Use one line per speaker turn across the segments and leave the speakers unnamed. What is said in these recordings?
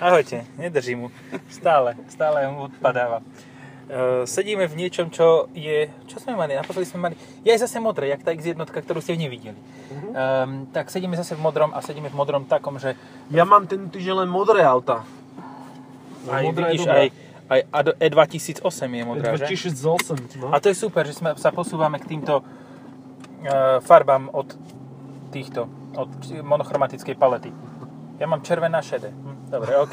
Ahojte, nedrží mu. Stále, stále mu odpadáva. E, sedíme v niečom, čo je... Čo sme mali? Naposledy sme mali... Je aj zase modré, jak tá X1, ktorú ste nevideli.
Mhm.
Ehm, tak sedíme zase v modrom a sedíme v modrom takom, že
Ja mám ten týždeň len modré auta.
aj,
modrá No, je
vidíš,
dobrá.
aj, aj Ado- E2008 je modrá, že?
2008, no.
A to je super, že sme, sa posúvame k týmto e, farbám od týchto, od či- monochromatickej palety. Ja mám červená šedé. Hm, dobre, OK.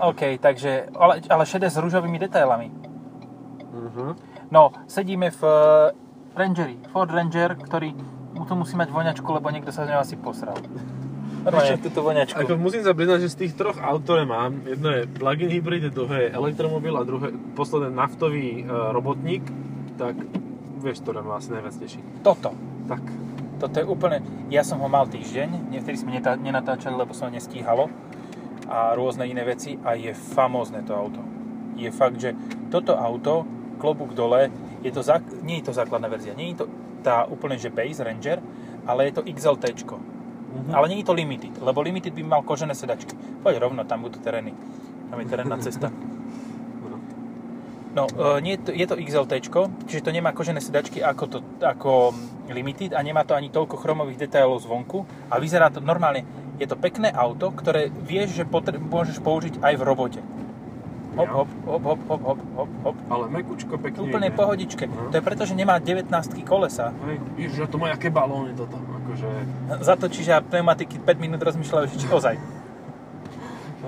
OK, takže, ale, ale šedé s rúžovými detailami.
Uh-huh.
No, sedíme v e, Rangeri, Ford Ranger, ktorý mu to musí mať voňačku, lebo niekto sa z neho asi posral. Normálne, túto voňačku.
Ako musím sa priznať, že z tých troch aut, ktoré mám, jedno je plug-in hybrid, druhé je elektromobil a druhé posledné naftový e, robotník, tak vieš, ktoré ma asi najviac teší.
Toto.
Tak.
Toto je úplne... Ja som ho mal týždeň, nie- vtedy sme netá- nenatáčali, lebo sa ho nestíhalo a rôzne iné veci a je famózne to auto. Je fakt, že toto auto, klobúk dole, je to zák- nie je to základná verzia, nie je to tá úplne že base Ranger, ale je to XLT.
Mhm.
Ale nie je to Limited, lebo Limited by mal kožené sedačky. Poď rovno, tam budú terény. Tam je terénna cesta. No, e, nie, je to- je to XLT, čiže to nemá kožené sedačky ako, to, ako Limited a nemá to ani toľko chromových detailov zvonku a vyzerá to normálne. Je to pekné auto, ktoré vieš, že potre- môžeš použiť aj v robote. Hop,
Ja.
hop, hop, hop, hop, hop, hop, hop.
Ale mekučko pekne
Úplne
ide.
pohodičke. To
Mhm.
je preto, že nemá 19 kolesa.
Hej, Ježiš, a to má aké balóny toto, akože...
Zatočíš a pneumatiky 5 minút rozmýšľajú, že či ozaj.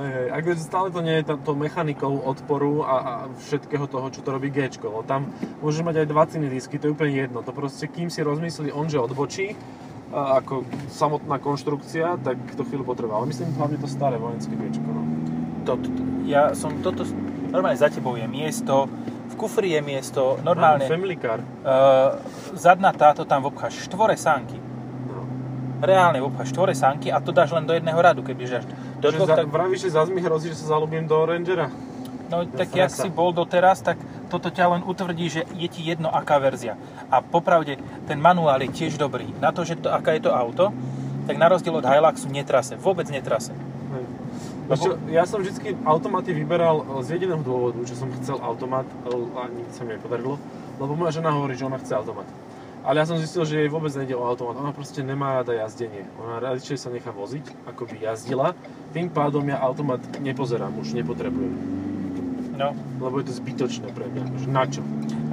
Hej, hej, akože stále to nie je to, to mechanikou odporu a, a všetkého toho, čo to robí G. lebo Tam môžeš mať aj dva ciny disky, to je úplne jedno. To proste, kým si rozmyslí on, že odbočí, a ako samotná konštrukcia, tak to chvíľu potrvá. Ale myslím hlavne to staré vojenské G. No.
To, to, ja som toto... Normálne za tebou je miesto, v kufri je miesto, normálne...
Family car.
Uh, zadná táto tam obcháš štvore sánky.
No.
Reálne obcháš štvore sánky a to dáš len do jedného radu, keď dáš do
Že
dvoch,
za,
tak,
Vravíš, že zás mi hrozí, že sa zalúbim do Rangera.
no, tak
sa
jak
nedá.
si bol doteraz, tak toto ťa len utvrdí, že je ti jedno aká verzia. A popravde, ten manuál je tiež dobrý. Na to, že to, aká je to auto, tak na rozdiel od Hiluxu netrase, vôbec netrase.
Hej.
Lebo-
Ešte, ja som vždy automaty vyberal e, z jediného dôvodu, že som chcel automat e, a nikdy sa mi nepodarilo, lebo moja žena hovorí, že ona chce automat. Ale ja som zistil, že jej vôbec nejde o automat. Ona proste nemá rada jazdenie. Ona radšej sa nechá voziť, ako by jazdila. Tým pádom ja automat nepozerám, už nepotrebujem.
No.
Lebo je to zbytočné pre mňa. Že na čo?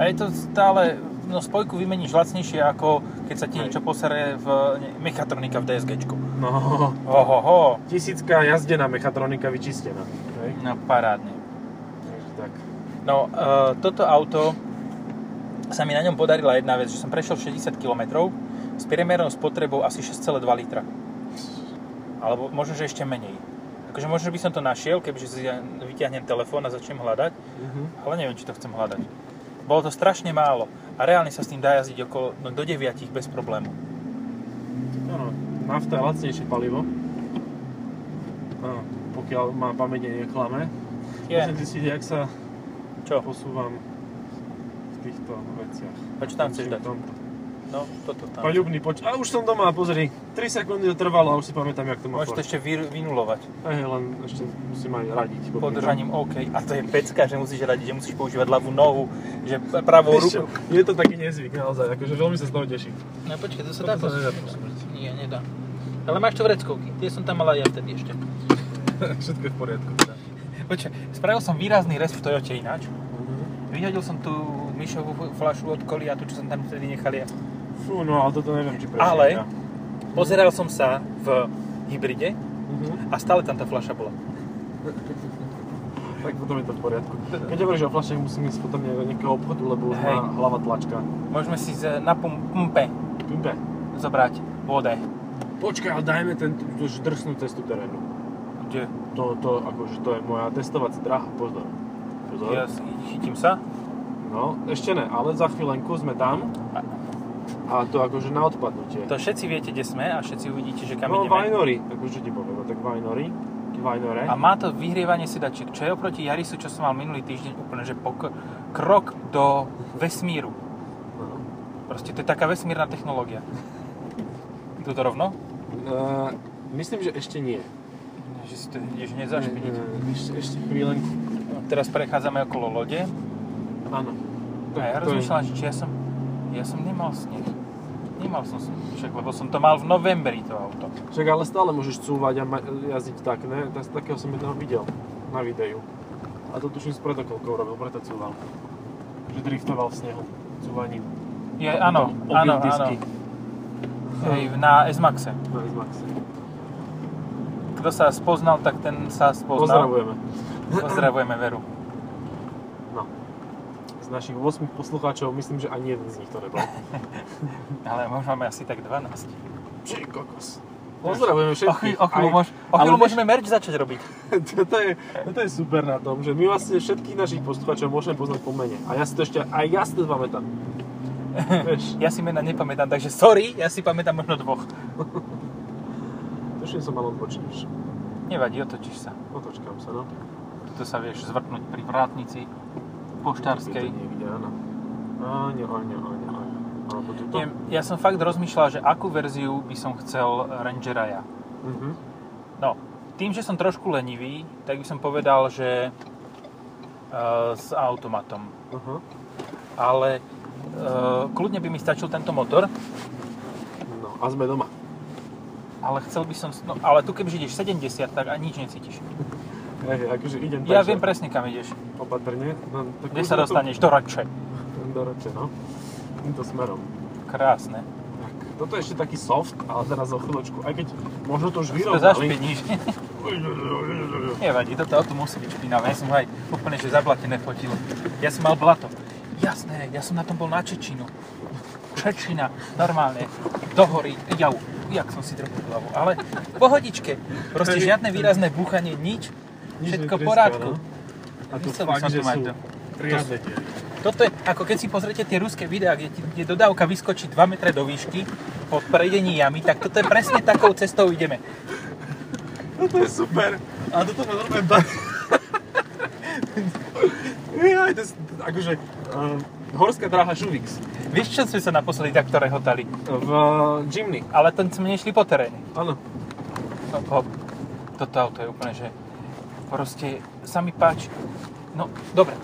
A je to stále, no spojku vymeníš lacnejšie ako keď sa ti
Hej.
niečo posere v ne, mechatronika v DSGčku.
No,
Ohoho,
tisícka jazdená mechatronika vyčistená. Hej.
no parádne.
Takže tak.
No, e, toto auto sa mi na ňom podarila jedna vec, že som prešiel 60 km s priemernou spotrebou asi 6,2 litra. Alebo možno, že ešte menej. Akože možno by som to našiel, kebyže si ja vyťahnem telefón a začnem hľadať,
Mhm.
ale neviem, či to chcem hľadať. Bolo to strašne málo a reálne sa s tým dá jazdiť okolo no, do 9 bez problému.
Áno, nafta je lacnejšie palivo. Áno, pokiaľ má pamäť neklame. Môžem
Je,
zistiť, jak sa
čo?
posúvam v týchto veciach.
A čo tam chceš
Či v
dať?
tomto.
No, toto tam.
Paľubný poč... A už som doma, pozri. 3 sekundy to trvalo a už si pamätám, jak to má
Môžeš to
Môžete...
ešte vyr- vynulovať
Hej, len ešte musím aj radiť. popri tom.
podržaním OK. A to je pecka, že musíš radiť, že musíš používať ľavú nohu, že pravou
Vieš čo,
ruku.
Je to taký nezvyk naozaj, akože veľmi sa z toho teším.
No počkaj, to sa
Toto
dá
sa nedá
posunúť. Nie, nedá. Ale máš to vreckovky, tie som tam mal aj ja vtedy ešte.
Všetko je v poriadku. Teda.
Počkaj, spravil som výrazný rez v Toyote ináč. Vyhodil som tú myšovú flašu od koli a tú, čo som tam vtedy nechal ja.
Fú, no ale toto neviem, či prečítam.
Ale- Pozeral som sa v hybride a stále tam tá fľaša bola.
Tak potom je to v poriadku. Keď hovoríš o flašiach, musím ísť potom do nejakého obchodu, lebo už
Hej.
má hlava tlačka.
Môžeme si z- na pum- pumpe
Pimpe.
zobrať vode.
Počkaj, ale dajme ten, už drsnú cestu terénu.
Kde?
To, to, akože to je moja testovací dráha, pozor. Pozor.
Ja si- chytím sa.
No, ešte ne, ale za chvíľenku sme tam. A to akože na odpadnutie.
To všetci viete, kde sme a všetci uvidíte, že kam
no,
ideme.
Vajnory, akože ti poviem, no tak Vajnory. Vajnore.
A má to vyhrievanie sedačiek, čo je oproti Jarisu, čo som mal minulý týždeň úplne, že pok- krok do vesmíru.
No.
Proste to je taká vesmírna technológia. Tu to rovno?
Eh, E, myslím, že ešte nie.
že si to ideš hneď zašpiniť.
E, e, Ešte, ešte chvíľenku.
Teraz prechádzame okolo lode
Áno.
a ja
to je-
rozmýšľam, že či ja som, ja som nemal sneh. Nemal som sneh, však, lebo som to mal v novembri to auto.
Však ale stále môžeš cúvať a ma- jazdiť tak, ne? Tak, takého som jedného videl na videu. A to tuším s predokolkou robil, preto cúval. Že driftoval v snehu cúvaním.
Je, áno,
Obil
No, áno, áno.
disky.
Hej, na S-Maxe.
Na Xbox.
Kto sa spoznal, tak ten sa spoznal.
Pozdravujeme.
Pozdravujeme Veru.
No. Z našich 8 poslucháčov myslím, že ani jeden z nich to nebol.
Ale možno máme asi tak 12.
Či kokos. Pozdravujeme
O
všetkých.
chvíľu, o chvíľu,
aj-
môž, o
ale
chvíľu
vieš-
môžeme merch začať robiť.
toto, je, toto je super na tom, že my vlastne všetkých našich poslucháčov môžeme poznať po mene. A ja si to ešte, aj ja si to pamätám. Vieš,
Ja si mena nepamätám, takže sorry, ja si pamätám možno dvoch.
tuším som mal odbočíš.
Nevadí, otočíš sa.
Otočkám sa, no.
To sa vieš zvrtnúť pri vrátnici poštárskej.
Niekde, Niekde, áno. Áne, áne, áne, áne. Alebo tuto?
Neviem, ja som fakt rozmýšľal, že akú verziu by som chcel Rangera ja.
Mhm.
No, tým, že som trošku lenivý, tak by som povedal, že e, s automatom.
Aha.
Ale e, kľudne by mi stačil tento motor,
No, a sme doma.
ale chcel by som... No, ale tu kebyže ideš 70, tak ani nič necítiš.
Hej, hej, akože idem
Ja
tak,
viem
že
presne, kam ideš.
opatrne. No, tak
Kde
už
sa
na to-
dostaneš? Do Radče.
Do roče, no. Týmto smerom.
Krásne.
Tak, toto je ešte taký soft, ale teraz o chvíľočku. Aj keď možno to už
To
vyrovnali.
zašpiníš. Nevadí, toto auto musí byť špinavé. Ja som ho aj úplne, že zablatené fotil. Ja som mal blato. Jasné, ja som na tom bol na Čečinu. Čečina, normálne. Do hory, jau. Jak som si drobil hlavu. Ale pohodičke. Proste žiadne výrazné búchanie, nič.
Nič
Všetko v
netreská,
poriadku.
no. A to
Myslel by
fakt,
som
že
to mať
sú
to.
riadne tie.
Toto je, ako keď si pozriete tie ruské videá, kde, ti- kde dodávka vyskočí 2 metre do výšky po prejdení jamy, tak toto je presne takou cestou ideme.
Toto je super. A toto ma normálne baví. Jaj, to je, akože, um, horská dráha Žuvix
Vieš, čo sme sa naposledy takto rehotali?
v eh, Jimny.
Ale to sme nešli po teréne.
Áno.
No, hop. Toto auto je úplne, že proste sa mi páči. No, dobre.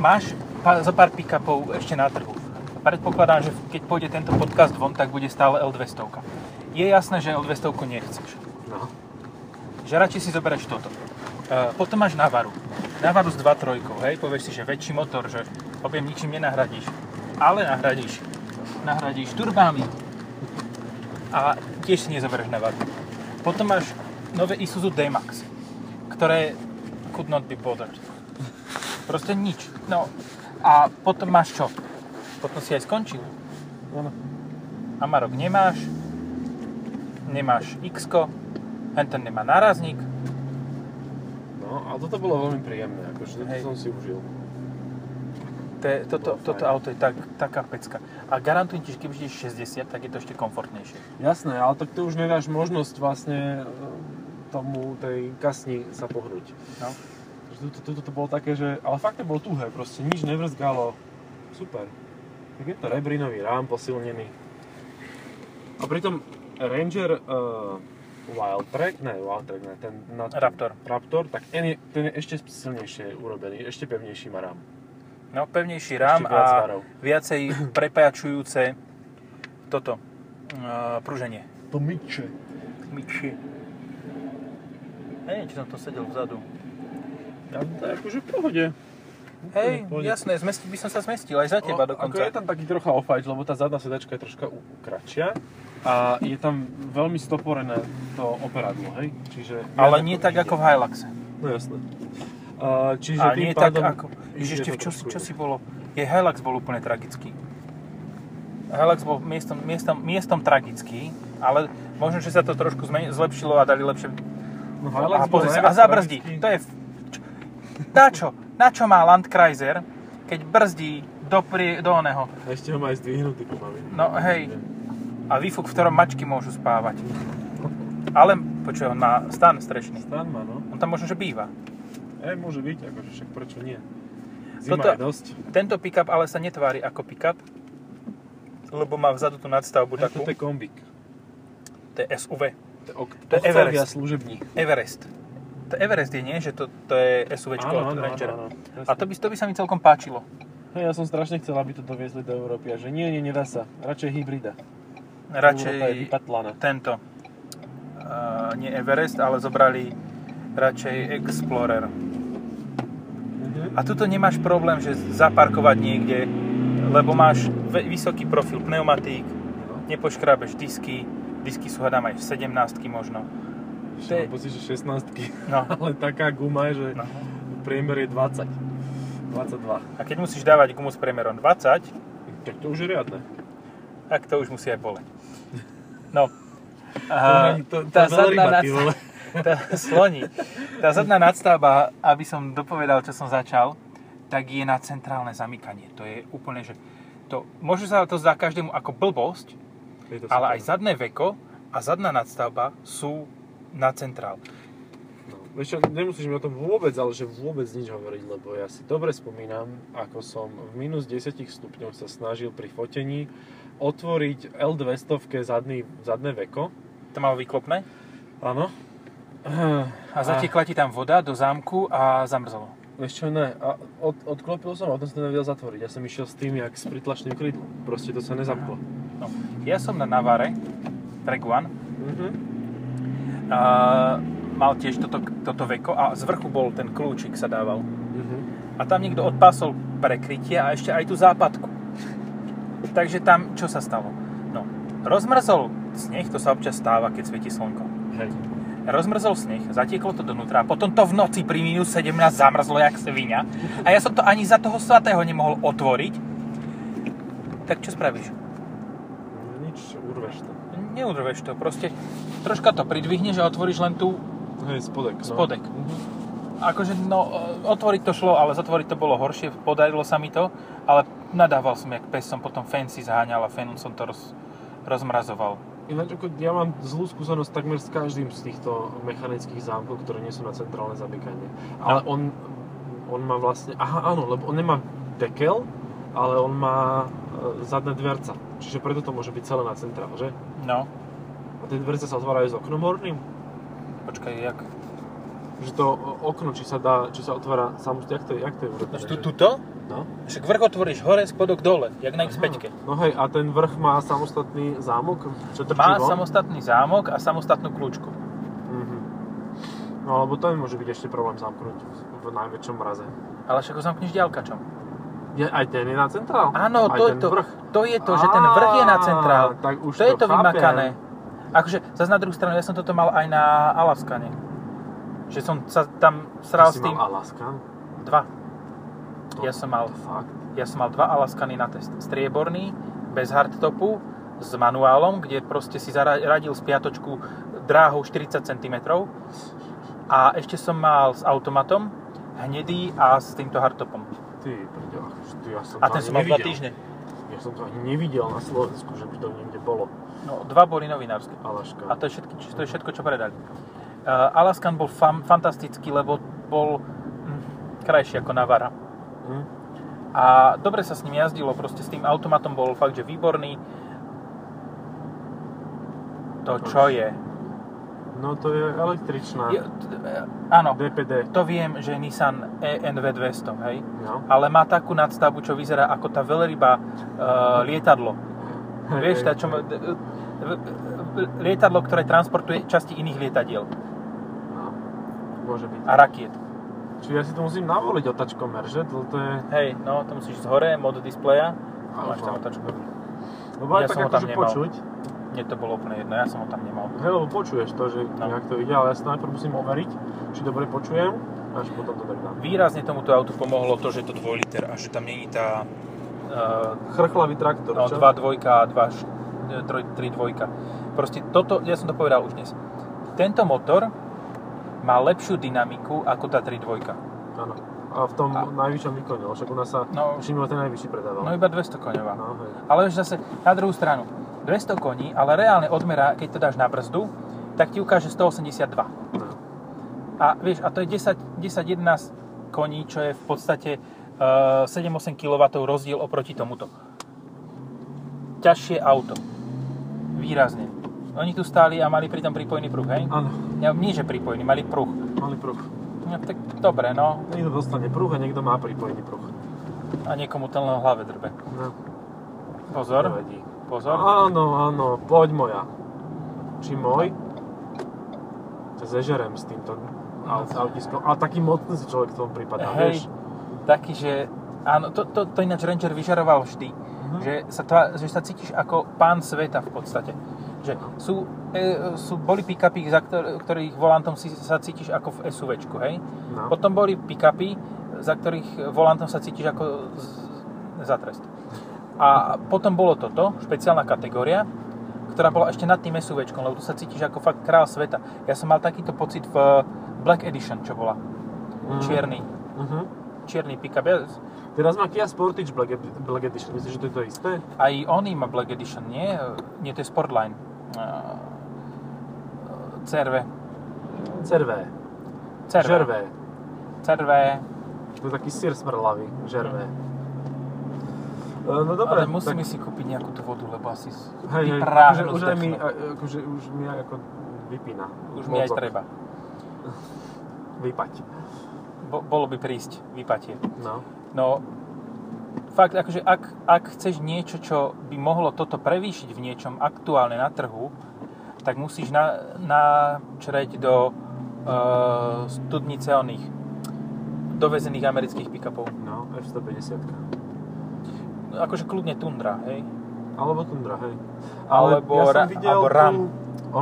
Máš pá, za pár pick-upov ešte na trhu. Predpokladám, že keď pôjde tento podcast von, tak bude stále L200. Je jasné, že L200 nechceš.
No.
Že radšej si zoberieš toto. E, potom máš Navaru. Navaru s 2.3, hej? Povieš si, že väčší motor, že objem ničím nenahradíš. Ale nahradíš. Nahradíš turbami. A tiež si nezoberieš Navaru. Potom máš nové Isuzu D-Max, ktoré could not be bothered. Proste nič. No a potom máš čo? Potom si aj skončil.
Áno.
Amarok nemáš, nemáš x ten nemá nárazník,
No, a toto bolo veľmi príjemné, akože toto
Hej.
som si užil.
To je, toto,
Bolo
toto
fajn.
auto je tak, taká pecka. A garantujem ti, že keď budeš 60, tak je to ešte komfortnejšie.
Jasné, ale tak to už nedáš možnosť vlastne e, tomu, tej kasni sa pohnúť.
No.
Že Tuto, tuto to bolo také, že... Ale fakt to bolo tuhé, proste nič nevrzgalo. Super. Tak je to rebrinový rám posilnený. A pritom Ranger uh, Wildtrack, ne Wildtrack, ne, ten na
Raptor.
Raptor, tak ten je, ten je ešte silnejšie urobený, ešte pevnejší má rám.
No, pevnejší rám
Ešte viac
a
varov.
viacej prepáčujúce toto, uh, pruženie.
To myče.
Myči. Hej, či som to sedel vzadu.
Ja, to je akože v pohode.
Hej,
Úplne v pohode.
jasné, zmestil by som sa zmestil, aj za teba
O, Ako
dokonca.
je tam taký trocha ofajč, lebo tá zadná sedačka je troška u- kratšia a je tam veľmi stoporené to operadlo, hej? Čiže...
Ale
viac
nie
ako
tak
ide.
ako v Hiluxe.
No jasné. Uh, čiže
A
tým
nie tak
pádom...
ako...
ide
Ježiš, ešte
to
v čo,
trošku
čo
inak.
si bolo... Je, Hilux bol úplne tragický. Hilux bol miestom, miestom, miestom tragický, ale možno, že sa to trošku zmeni, zlepšilo a dali lepšie...
No,
a,
bol
pozri sa, a
najviac
zabrzdí.
tragický.
To je... f- Čo, na čo? Na čo má Landkreiser, keď brzdí do, prie, do oného?
A ešte ho má aj zdvihnutý pomaly.
No, hej. A výfuk, v ktorom mačky môžu spávať. Ale, počuj, on má stan strešný.
Stan má, no.
On tam možno, že býva.
Ej, môže byť, akože však prečo nie? Zima
Toto-
je dosť. E,
Tento pick-up ale sa netvári ako pick-up, lebo má vzadu tú nadstavbu
Hej,
takú.
Toto je kombík.
To je SUV.
To je ok-
To je
ochcavia
Everest.
služebník.
Everest. to Everest je nie, že to, to je SUVčko od
Áno, áno,
Rangera.
áno, áno, presne.
A to by, to by sa mi celkom páčilo.
Hej, No, ja som strašne chcel, aby to doviezli do Európy a že nie, nie, nedá sa. Radšej hybrida. Európa je
Radšej
vypatlaná.
tento, uh, nie Everest, ale zobrali radšej Explorer.
Mhm.
A tuto nemáš problém, že zaparkovať niekde, lebo máš ve- vysoký profil pneumatík, nepoškrábeš disky, disky sú hádam aj v 17 možno.
Ešte mám pocit, že 16
No.
ale taká guma je, že
No.
priemer je 20. 22.
A keď musíš dávať gumu s priemerom 20,
Tak to už je riadne.
tak to už musí aj boleť. No.
A,
A,
to, to, tá zadná ryba,
nadsta-
ty vole.
tá, sloní. Tá zadná nadstavba, aby som dopovedal, čo som začal, tak je na centrálne zamykanie. To je úplne, že to, môže sa to zdá každému ako blbosť,
Je to super.
ale aj zadné veko a zadná nadstavba sú na centrál.
No, vieš čo, nemusíš mi o tom vôbec, ale že vôbec nič hovoriť, lebo ja si dobre spomínam, ako som v minus 10 stupňoch sa snažil pri fotení otvoriť L200 zadný, zadné veko.
To malo výklopné
Áno.
a zatekla ti tam voda do zámku a zamrzlo.
Vieš čo, ne, a od, odklopil som a potom som to nevedel zatvoriť. Ja som išiel s tým, jak s pritlačným krydlom. Proste to sa nezamklo.
No. Ja som na Navare, Reguan,
Mhm.
a mal tiež toto, toto veko a z vrchu bol ten kľúčik sa dával.
Mhm.
A tam niekto odpásol prekrytie a ešte aj tú západku. Takže tam čo sa stalo? No, rozmrzol sneh, to sa občas stáva, keď svieti slnko.
Hej.
Rozmrzol sneh, zatieklo to donútra a potom to v noci pri minus 17 zamrzlo jak svinia a ja som to ani za toho svatého nemohol otvoriť. Tak čo spravíš?
Nič, urveš to.
Neudrveš to, proste troška to pridvihneš a otvoríš len tú...
Hej, spodek. No.
Spodek.
Mhm.
Akože, no, e, otvoriť to šlo, ale zatvoriť to bolo horšie, podarilo sa mi to, ale nadával som, jak pes som potom fancy zháňal a fenu som to roz, rozmrazoval.
Ináč, ako ja mám zlú skúsenosť takmer s každým z týchto mechanických zámkov, ktoré nie sú na centrálne zamykanie. Ale on, on má vlastne... Aha, áno, lebo on nemá dekel, ale on má e, zadné dverca. Čiže preto to môže byť celé na centrál, že?
No,
A tie dverce sa otvárajú s oknom horným.
počkaj, jak...
Že to o- okno, či sa dá, či sa otvára samostatne, jak to je, jak to je urobené, že-
tuto?
No.
Však vrch otvoríš hore, spodok dole, jak na X5.
No hej, a ten vrch má samostatný zámok, čo trčí
Má
von?
samostatný zámok a samostatnú kľúčku.
Mhm. No alebo to môže byť ešte problém zamknúť v najväčšom mraze.
Ale však ho zamkneš diálkačom.
Je, aj ten je na centrál?
Áno,
aj
to, je
ten
to,
vrch.
to je to, že ten vrch je na centrál.
Á, Tak už
to, je to
chápem.
vymakané. Akože, zase na druhú stranu, ja som toto mal aj na Alaskane. Že som sa tam
Ty
sral s
si mal
tým...
Alaska?
Dva.
To-
Ja som mal,
Fakt?
ja som mal dva Alaskany na test. Strieborný, bez hardtopu, s manuálom, kde proste si zaradil z piatočku dráhou 40 cm. A ešte som mal s automatom, hnedý a s týmto hardtopom.
Ty, prďo, akože ty, ja som
A
to
ten
ani
som mal dva
nevidel.
týždne.
Ja som to ani nevidel na Slovensku, že by to niekde bolo.
No, dva boli novinárske.
Alaška.
A to je všetko, to je všetko čo predali. Uh, Alaskan bol fam, fantastický, lebo bol mm, krajší ako Navara.
Hm?
A dobre sa s ním jazdilo, proste s tým automatom bol fakt, že výborný. To čo je?
No to je električná.
je t- e, áno,
DPD.
to viem, že je Nissan E ENV200, hej?
No.
Ale má takú nadstavbu, čo vyzerá ako tá veľryba e, lietadlo. Vieš, tá, čo, má- d- e, v- e, lietadlo, ktoré transportuje časti iných lietadiel
No. Môže byť.
a rakiet.
Čiže ja si to musím navoliť otačkomer, že? To, to je...
Hej, no, to musíš ísť hore, mod displeja.
A
Máš
už
tam
mám.
otáčku.
Lebo aj
Ja
tak
som ho tam
akože
nemal.
počuť.
Mne to bolo úplne jedno, ja som ho tam nemal.
Hej, lebo počuješ to, že
No.
nejak to ide, ale ja si to najprv musím overiť, či dobre počujem, až potom to tak dám.
Výrazne tomuto autu pomohlo to, že je to 2 liter a že tam není tá uh,
Chrchlavý traktor,
no,
čo?
2 dvojka a 2, 3, 3 dvojka. Proste toto, ja som to povedal už dnes. Tento motor má lepšiu dynamiku ako tá 3 dvojka.
Áno. A v tom
A-
najvyššom výkone, lebo však u nás sa
No.
tuším, iba ten najvyšší predával.
No iba 200 koňová.
No, hej.
Ale už zase na druhú stranu, 200 koní, ale reálne odmera, keď to dáš na brzdu, tak ti ukáže 182.
No.
A vieš, a to je 10, 10 11 koní, čo je v podstate e, 7-8 kW rozdiel oproti tomuto. Ťažšie auto. Výrazne. Oni tu stáli a mali pritom pripojený pruh, hej?
Áno,
Ja, nie, že pripojený, mali pruh.
malý pruh.
No, tak dobre, no.
Niekto dostane pruh a niekto má pripojený pruh.
A niekomu ten len hlave drbe.
No,
Pozor,
nevadí.
pozor.
Áno, áno, poď moja. Či môj? Ťa zežerem s týmto aut- autiskom. A taký mocný si človek v tom prípada,
Hej,
vieš?
taký, že... Áno, to, to, to ináč Ranger vyžaroval vždy.
Mhm.
Že, sa tvá, že sa cítiš ako pán sveta v podstate. Že sú, e, sú boli pick-upy, za ktor- ktorých volantom si sa cítiš ako v SUVčku, hej?
No.
Potom boli pick-upy, za ktorých volantom sa cítiš ako z- za trest. A potom bolo toto, špeciálna kategória, ktorá bola ešte nad tým SUVčkom, lebo tu sa cítiš ako fakt král sveta. Ja som mal takýto pocit v Black Edition, čo bola.
Mhm.
Čierny,
Mhm.
čierny pick-up. Ja,
Teraz má Kia Sportage Black, Ed- Black Edition. Myslíš, že to je to isté?
aj oni má Black Edition, nie? Nie, to je Sportline. Uh, CRV.
Cervé.
CRV.
Žervé.
CRV.
To je taký sír smrlavý. Žervé. E, No
Dobre,
dobre,
Ale musíme
tak-
si kúpiť nejakú tú vodu, lebo asi
hej, hej, akože,
vypráhnu
už, aj mi,
zdechnú.
a- akože, už mi aj ako vypína.
Už mi aj
mozog.
treba.
Vypať.
Bo, bolo by prísť vypatie.
No.
No, fakt, akože ak, ak chceš niečo, čo by mohlo toto prevýšiť v niečom aktuálne na trhu, tak musíš na, načreť do uh, studnice oných dovezených amerických pick-upov.
No, F-150.
Akože kľudne Tundra, hej?
Alebo Tundra, hej.
Alebo ra- alebo Ram.
tú-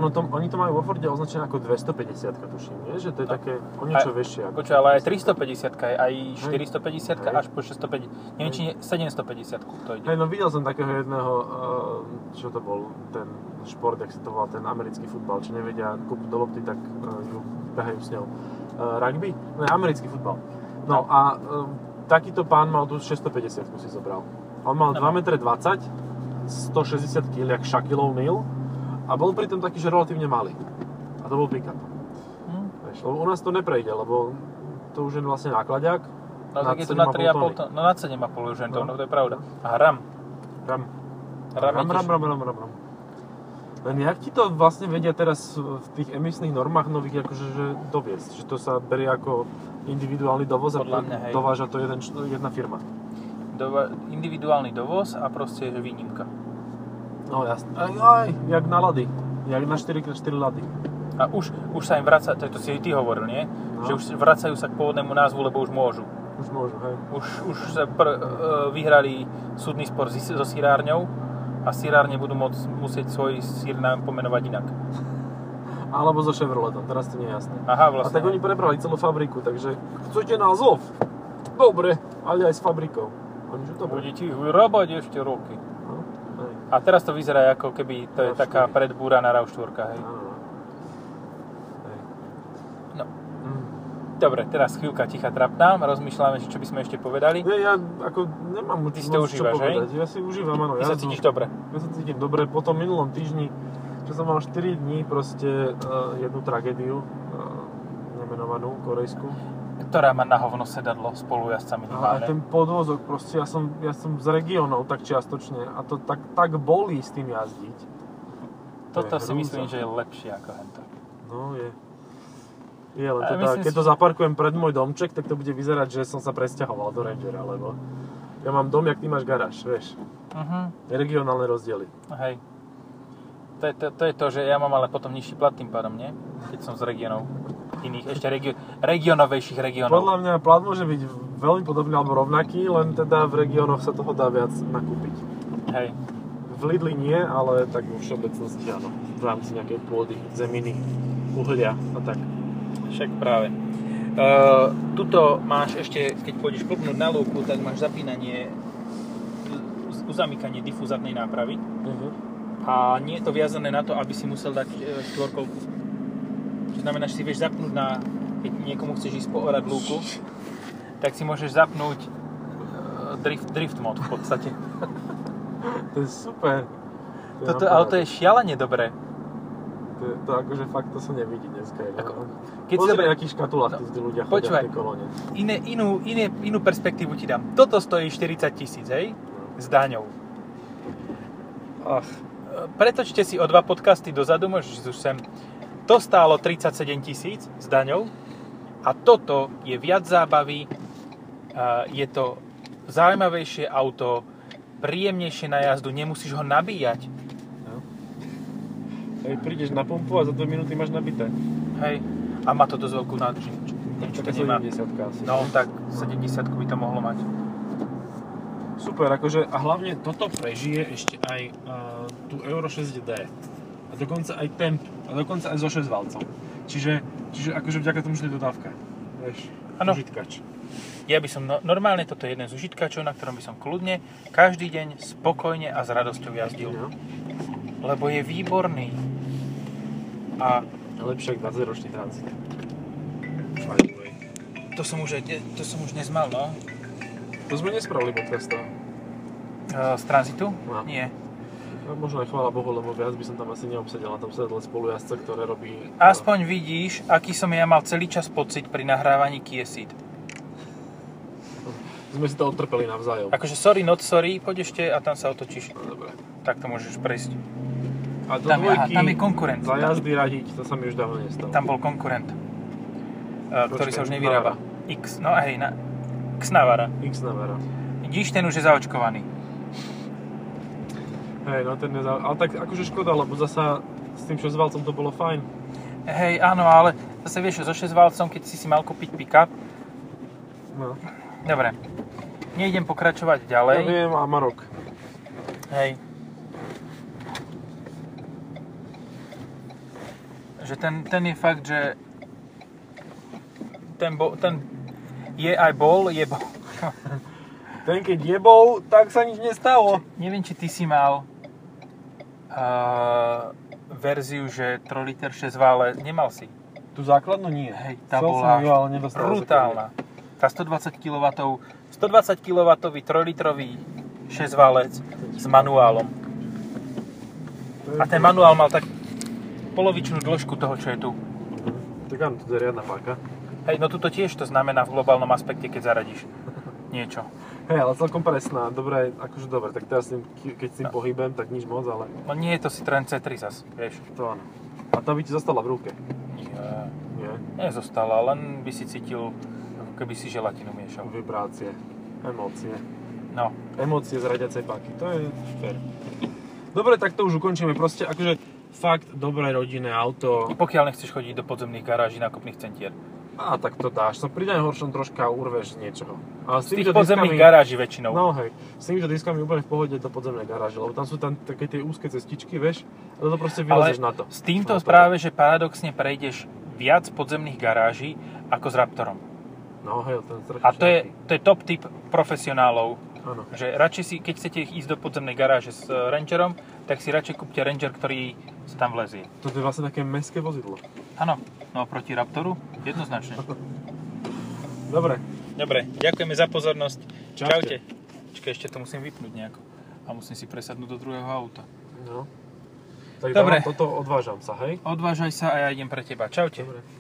Ono to, oni to majú vo Forde označené ako 250, tuším, nie? Že to je také o niečo vyššie. Ako
Počuj, No. ale aj 350 aj, aj 450
Hej.
až po 650 neviem, či nie, 750 to ide.
Hej, no videl som takého jedného, eh, čo to bol, ten šport, jak sa to volá, ten americký futbal, čo nevedia kúpiť do lopty, tak uh, ju behajú s ňou. Eh, rugby? Ne, americký futbal. No a eh, takýto pán mal tu 650 si zobral. On mal
Áno.
2,20 m, 160 kg, jak Shaquille O'Neal a bol pritom taký, že relatívne malý. A to bol pick-up.
Hm?
Vieš, lebo u nás to neprejde, lebo to už je vlastne nákladák.
No tak
nad
je to na
7,5
3,5 tón, no na 7,5 už len to, no
No.
to je pravda. A RAM.
Ram.
RAM,
Ram,
je
ram,
tiež-
ram, ram, ram, ram. Len jak ti to vlastne vedia teraz v tých emisných normách nových akože že doviesť? Že to sa berie ako individuálny dovoz a
Podľa mňa, hej.
dováža to jeden, č- jedna firma.
Dova- individuálny dovoz a proste že výnimka.
No jasne. Aj, aj, jak na lady. Jak na 4x4 lady.
A už, už sa im vraca, to, to si aj ty hovoril, nie?
No.
Že už vracajú sa k pôvodnému názvu, lebo už môžu.
Už môžu, hej.
Už, už sa pr- e, vyhrali súdny spor si, so sírárňou a sírárne budú môcť, musieť svoj sír nám pomenovať inak.
Alebo so Chevroletom, teraz to nie je jasné.
Aha,
A
vlastne.
tak oni prebrali celú fabriku, takže chcete názov? Dobre, ale aj s fabrikou. Oni že dobre.
Budete ich vyrábať ešte roky.
No, hej.
A teraz to vyzerá ako keby to je
RAV4.
taká predbúra na RAV4, hej.
Áno, no. Hej.
No.
Mm.
Dobre, teraz chvíľka ticha trapná, rozmýšľame, že čo by sme ešte povedali.
Nie, ja ako nemám
Ty
moc
si to užívaš,
čo povedať. Ja si užívam, áno.
Ty
ja
sa cítiš dobre.
Ja sa cítim dobre. Po tom minulom týždni, čo som mal 4 dní, proste uh, jednu tragédiu, uh, nemenovanú, korejskú.
ktorá má na hovno sedadlo spolu jazdcami
No, A, a
minimálne.
ten podvozok, proste ja som, ja som z regiónov tak čiastočne a to tak, tak bolí s tým jazdiť.
Toto
to je
si
hrúza.
myslím, že je lepšie ako hento.
No je. Je, len
A
teda,
myslím
keď
si,
to zaparkujem pred môj domček, tak to bude vyzerať, že som sa presťahoval do Rangera, lebo ja mám dom, jak ty máš garáž, vieš.
Mhm,
Regionálne rozdiely.
hej. To je to, to je to, že ja mám ale potom nižší plat tým pádom, nie? Keď som z regionov. Iných, ešte regio- regionovejších regionov.
Podľa mňa plat môže byť veľmi podobný alebo rovnaký, len teda v regiónoch sa toho dá viac nakúpiť.
Hej.
V Lidli nie, ale tak vo všeobecnosti áno. V rámci nejakej pôdy, zeminy, uhlia a tak.
Však práve. Uh, tuto máš ešte, keď pôjdeš klopnúť na lúku, tak máš zapínanie, z- uzamykanie difúzadnej nápravy.
Uh-huh.
Mhm. A nie je to viazané na to, aby si musel dať e, štvorkolku. To znamená, že si vieš zapnúť na... Keď niekomu chceš ísť poorať lúku, tak si môžeš zapnúť e, drift, drift mod v podstate.
To je super. To je
Toto
na
auto
parádu.
je šialene dobré.
To, je- to akože fakt to sa nevidí dneska.
Ako-
Ako,
Keď si
Pozri,
dobre,
v akých škatulách tu tí ľudia chodia
počúvaj.
v tej kolóne.
iné, inú, iné, inú perspektívu ti dám. Toto stojí 40 tisíc, hej? S daňou. Ach. E, pretočte si o dva podcasty dozadu, môžeš ísť už sem. To stálo 37 tisíc s daňou a toto je viac zábavy, a je to zaujímavejšie auto, príjemnejšie na jazdu, nemusíš ho nabíjať.
Hej, prídeš na pumpu a za 2 minúty máš nabité.
Hej. A má to dosť veľkú nádrž. Niečo to
Taká
nemá.
70 asi.
No, tak 70 by to mohlo mať.
Super, akože a hlavne toto prežije ešte aj uh, tú Euro 6D. A dokonca aj temp, a dokonca aj so 6 valcom. Čiže, čiže akože vďaka tomu, že to je dodávka. Vieš,
Áno.
užitkač.
Ja by som, no, normálne toto je jeden z užitkačov, na ktorom by som kľudne každý deň spokojne a s radosťou jazdil.
No.
Lebo je výborný. A
Lepšie ako 20 ročný tranzit.
to som už, aj de- to som už dnes mal, no.
To sme nespravili podcast no. toho.
E, Z tranzitu?
No.
Nie.
No, možno aj chvála Bohu, lebo viac by som tam asi neobsedel na tom sedle spolujazce, ktoré robí...
Aspoň vidíš, aký som ja mal celý čas pocit pri nahrávaní Kiesit.
No, Sme si to odtrpeli navzájom.
Akože sorry, not sorry, poď ešte a tam sa otočíš.
No, dobre.
Tak to môžeš prejsť.
A do
Tam, je- aha,
dvojky
tam je konkurent.
za
Tam,
jazdy radiť, to sa mi už dávno nestalo.
tam bol konkurent, e, ktorý sa
Počkaj,
už nevyrába. X, no hej, na X Navara.
X navera.
Vidíš, ten už je zaočkovaný.
Hej, no ten je zau- Ale tak akože škoda, lebo zasa s tým šesťvalcom to bolo fajn.
Hej, áno, ale zase vieš, so 6 válcom, keď si si mal kúpiť pick-up.
No.
Dobre, nejdem pokračovať
Ja
ďalej.
viem, Amarok.
Hej. Že ten, ten je fakt, že ten, bo, ten je aj bol, je bol.
Ten keď jebol, tak sa nič nestalo.
Neviem, či ty si mal uh, verziu, že 3 liter 6 vále, nemal si.
Tu základnú nie.
Hej, tá
Chcel
bola
som ju, ale nedostal sa k nej.
brutálna. Tá 120 kW, 120 kW 3 litrový 6 válec s manuálom. A ten manuál mal tak polovičnú dĺžku toho, čo je tu.
Tak áno, to je riadna páka.
Hej, no tuto tiež to znamená v globálnom aspekte, keď zaradíš niečo.
Hej, ale celkom presná. Dobre, akože dobre, tak teraz s tým, keď s tým pohybem, tak nič moc, ale
No nie je to Citroen C3 zas, vieš.
to áno. A tá by ti zostala v ruke.
Nie, eh,
Nie?
nezostala, len by si cítil, ako keby si želatinu miešal.
Vibrácie, emócie.
No,
Emócie z radiacej páky, to je fér. Dobre, tak to už ukončíme. Proste akože fakt dobré rodinné auto.
pokiaľ nechceš chodiť do podzemných garáží nákupných centier.
A tak to dáš, sa pri najhoršom troška urveš z niečoho. A s
Z tých
týmito
podzemných
diskami,
garáží väčšinou.
No hej, s týmito diskami úplne v pohode do podzemnej garáže, lebo tam sú tam také tie úzke cestičky, vieš, a to proste vylezeš na to.
s týmto
Na to.
práve, že paradoxne prejdeš viac podzemných garáží ako s Raptorom.
No hej, ten strašne
A to je,
široký.
to je top tip profesionálov,
Áno.
že radšej si, keď chcete ísť do podzemnej garáže s e, Rangerom, tak si radšej kúpte Ranger, ktorý sa tam vlezie.
Toto je vlastne také mestské vozidlo.
Áno, no proti Raptoru, jednoznačne.
Dobre,
Dobre, ďakujeme za pozornosť.
Čaute.
Čakaj, ešte to musím vypnúť nejako. A musím si presadnúť do druhého auta.
no. Tak
Dobre.
Dobre. toto odvážam sa, hej?
Odvážaj sa a ja idem pre teba. Čaute.
Dobre.